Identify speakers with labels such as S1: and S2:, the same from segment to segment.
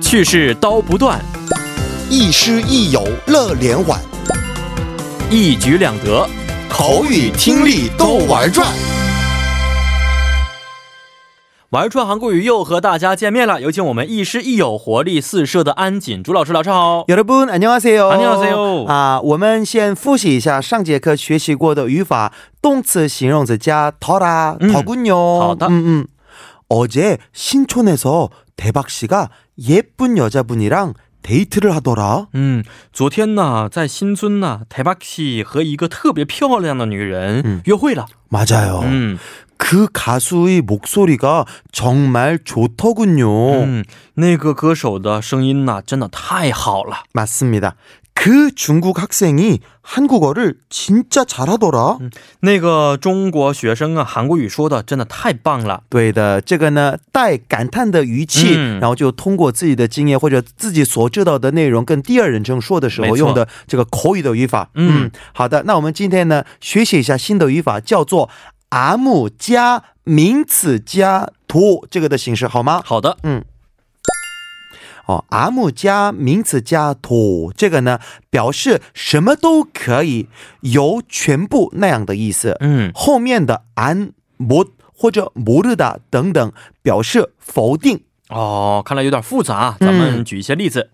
S1: 去世刀不断，
S2: 亦师亦友乐连环，
S1: 一举两得。
S2: 口语听力都玩转。
S1: 玩转韩国语又和大家见面了，有请我们亦师亦友、活力四射的安锦竹老师。老师好。
S3: 여러분 안녕하세요.
S1: 안녕하세요.
S3: 啊，我们先复习一下上节课学习过的语法，动词、形容词加 더라,
S1: 嗯
S3: 더군요.
S1: 好的。
S3: 음, 음. 어제 신촌에서 대박 씨가 예쁜 여자분이랑 데이트를 하더라.
S1: 嗯，昨天呢，在新村呢，台巴西和一个特别漂亮的女人、
S3: 嗯
S1: 约会了。
S3: 맞아요.
S1: 嗯
S3: 그 가수의 목소리가 정말 좋더군요.
S1: 嗯，那个歌手的声音呐，真的太好了。
S3: 맞습니다. 그 중국 학생이 한국어를 진짜 잘하더라.
S1: 那个中国学生啊，韩国语说的真的太棒了。
S3: 对的，这个呢带感叹的语气、
S1: 嗯
S3: 然后就通过自己的经验或者自己所知道的内容跟第二人称说的时
S1: 没错
S3: 候用的这个口语的语法。
S1: 嗯
S3: 好的，那我们今天呢学习一下新的语法，叫做 “am 加名词加 do” 这个的形式，好吗？
S1: 好的，
S3: 哦，am 加名词加 do 这个呢表示什么都可以，有全部那样的意思。
S1: 嗯
S3: 后面的안못或者모르다等等表示否定。
S1: 哦，看来有点复杂啊，咱
S3: 嗯
S1: 们举一些例子。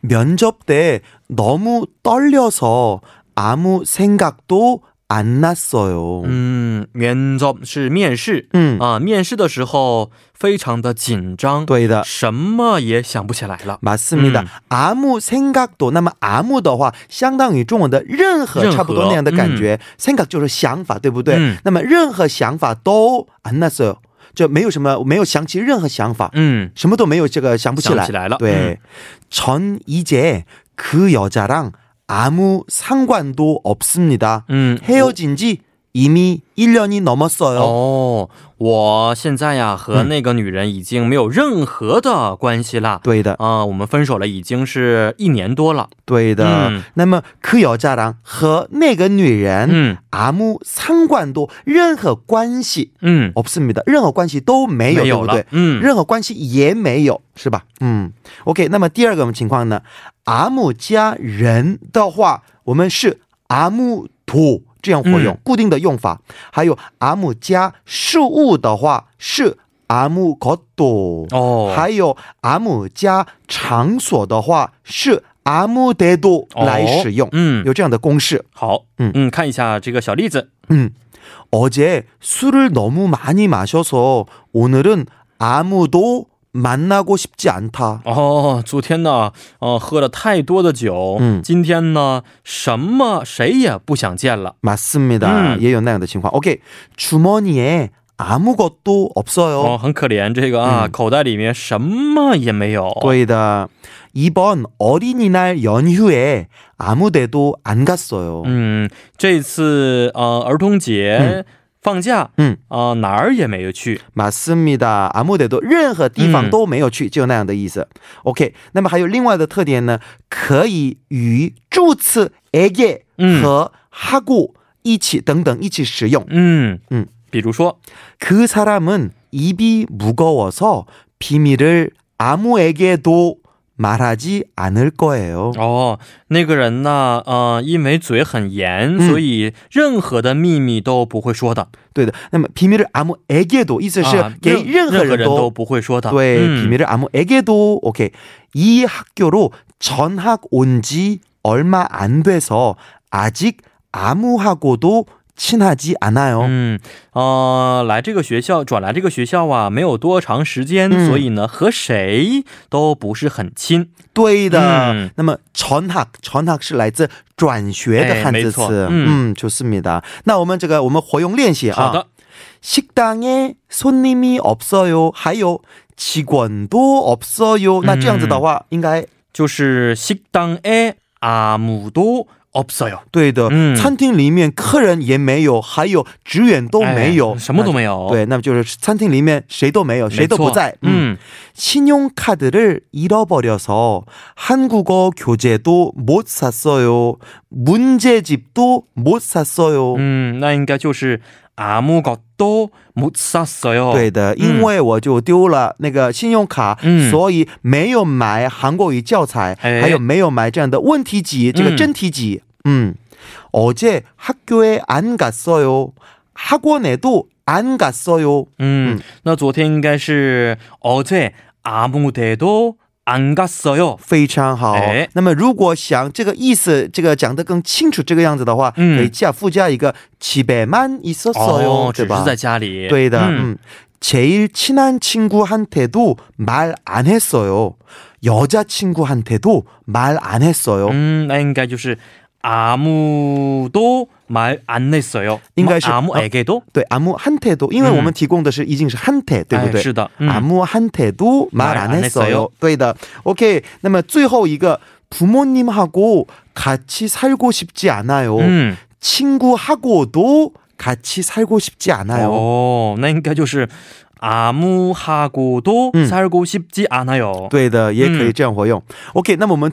S3: 면접 때 너무 떨려서 아무 생각도 안 났어요.
S1: 음. 嗯，면접是面试
S3: 음,
S1: 啊，面试的时候非常的紧张，，
S3: 또이다.
S1: 什么也想不起来了。
S3: 네, 맞습니다.
S1: 음.
S3: 아무 생각도 那么 아무더화 相当于中文的任何
S1: 任何
S3: 差不多那样的感觉 생각 就是想法对不对
S1: 嗯
S3: 那么任何想法都안났어요就没有什么没有想起任何想法
S1: 嗯，
S3: 什么都没有这个想不起来
S1: 想不起来了嗯
S3: 对 네. 전이제그여자랑아무상관도없습니다
S1: 嗯，
S3: 헤어진지이미1년이넘었어요
S1: 哦，我现在呀和那个女人已经没有任何的关系了。
S3: 对的，
S1: 啊、我们分手了已经是一年多了。
S3: 对的。
S1: 嗯
S3: 那么그여자랑和那个女人
S1: 嗯
S3: 아무상관도任何关系
S1: 嗯，
S3: 없습니다，任何关系都哦没有，
S1: 没有
S3: 对不
S1: 了。
S3: 对？
S1: 嗯
S3: 任何关系也没有，是吧？嗯，OK。那么第二个情况呢？阿姆加人的话，我们是阿姆土这样活用、
S1: 嗯
S3: 固定的用法。还有阿姆加事物的话是阿姆口多，
S1: 哦，
S3: 还有阿姆加场所的话是阿姆德多
S1: 哦
S3: 来使用、
S1: 嗯，
S3: 有这样的公式。
S1: 好，嗯
S3: 嗯
S1: 嗯，看一下这个小例子。
S3: 음, 어제 술을 너무 많이 마셔서 오늘은 아무도 만나고 싶지 않다.
S1: 哦，昨天呢，呃，喝了太多的酒，
S3: 嗯
S1: 今天呢，什么谁也不想见了。
S3: 맞습니다.
S1: 음.
S3: 예요 나양의 칭화. 오케이. 주머니에 아무것도
S1: 哦，
S3: 없어요.
S1: 很可怜，这个啊，
S3: 嗯
S1: 口袋里面什么也没有。
S3: 또이다. 이번 어린이날 연휴에 아무데도 안 갔어요.
S1: 嗯，这次呃儿童节
S3: 嗯
S1: 放假，
S3: 음,
S1: 啊、哪儿也没有去。
S3: 맞습니다. 아무데도 任何地方都没有去，就那样的意思。 OK. 那么还有另外的特点呢，可以与助词에게
S1: 嗯
S3: 和 하고 一起等等一起使用。
S1: 嗯嗯
S3: 嗯，
S1: 比如说，
S3: 그 사람은 입이 무거워서 비밀을 아무에게도 말하지 않을 거예요.
S1: 哦，那个人呢，呃，因为嘴很严，
S3: 嗯
S1: 所以任何的秘密都不会说的。
S3: 对的。那么 비밀을 아무에게도
S1: 啊任任何人都
S3: 意思是给任何人都。对，
S1: 不会说的。嗯
S3: 비밀을 아무에게도 오케이. 이 학교로 전학 온 지 얼마 안 돼서 아직 아무하고도 친하지 않아요.
S1: 嗯，呃，来这个学校，转来这个学校啊，没有多长时间，
S3: 嗯
S1: 所以呢，和谁都不是很亲。
S3: 对的。
S1: 嗯
S3: 那么 전학 전학 是来自转学的汉
S1: 哎没
S3: 字
S1: 错
S3: 词。
S1: 嗯
S3: 음, 嗯，좋습니다。那我们这个我们活用练习
S1: 好
S3: 啊。
S1: 的，
S3: 아, 식당에 손님이 없어요. 还有 직원도 없어요. 那这样子的话，应该
S1: 就是식당에아무도없어요，
S3: 对的。
S1: 嗯
S3: 餐厅里面客人也没有，还有职员都没有，
S1: 哎什么都
S3: 有。
S1: 没有。
S3: 对，那么就是餐厅里面谁都没有，
S1: 没错，
S3: 谁都不在。嗯， 신용카드를 잃어버려서 한국어 교재도 못 샀어요. 문제집도 못 샀어요.
S1: 嗯嗯，那应该就是 아무것도못샀어요。
S3: 对的，因为我就丢了那个信用卡，
S1: 嗯
S3: 所以没有买韩国语教材，
S1: 哎
S3: 还有没有买这样的问题集，这个真题集。嗯，어제학교에안갔어요학원에도안갔어요。
S1: 嗯
S3: 嗯，
S1: 那昨天应该是哦어제아무데도안갔어요。
S3: 非常好
S1: 哎。
S3: 那么，如果想这个意思，这个讲得更清楚，这个样子的话，
S1: 嗯哦
S3: 可以加附加一个七百만있었어요，
S1: 只
S3: 哦
S1: 是
S3: 对吧？
S1: 在家里。
S3: 对的，
S1: 嗯
S3: 嗯，제일친한친구한테도말 안했어요여자친구한테도말 안했어요
S1: 嗯，那应该就是 음, 그러니까 아무도말안냈어요。
S3: 应该是
S1: 아무에게도，
S3: 对，阿姆한테도，因为
S1: 嗯
S3: 我们提供的是已经是한테，对不对？
S1: 哎是的嗯
S3: 阿姆한테도 아, 음. 말
S1: 말안
S3: 안했어
S1: 했어요
S3: 요，对的。OK，那么最后一个，부모님하고같이살고싶지않아요。
S1: 嗯，
S3: 친구하고도같이살고싶지않아요。
S1: 哦，那应该就是 네, 그러니까 아무하고도
S3: 음.
S1: 살고싶지않아요。，
S3: 对的，也可以这样活用。OK，那么我们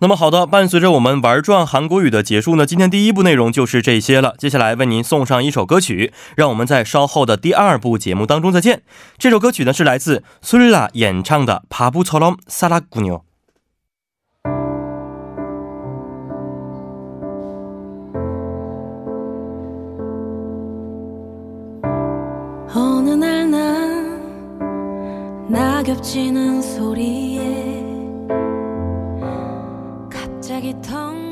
S4: 那么好的，伴随着我们玩转韩国语的结束呢，今天第一部内容就是这些了。接下来为您送上一首歌曲，让我们在稍后的第二部节目当中再见。这首歌曲呢是来自孙拉演唱的《바보처럼살았군요》。
S5: 어느 날 난 낙엽지는 소리에 갑자기 텅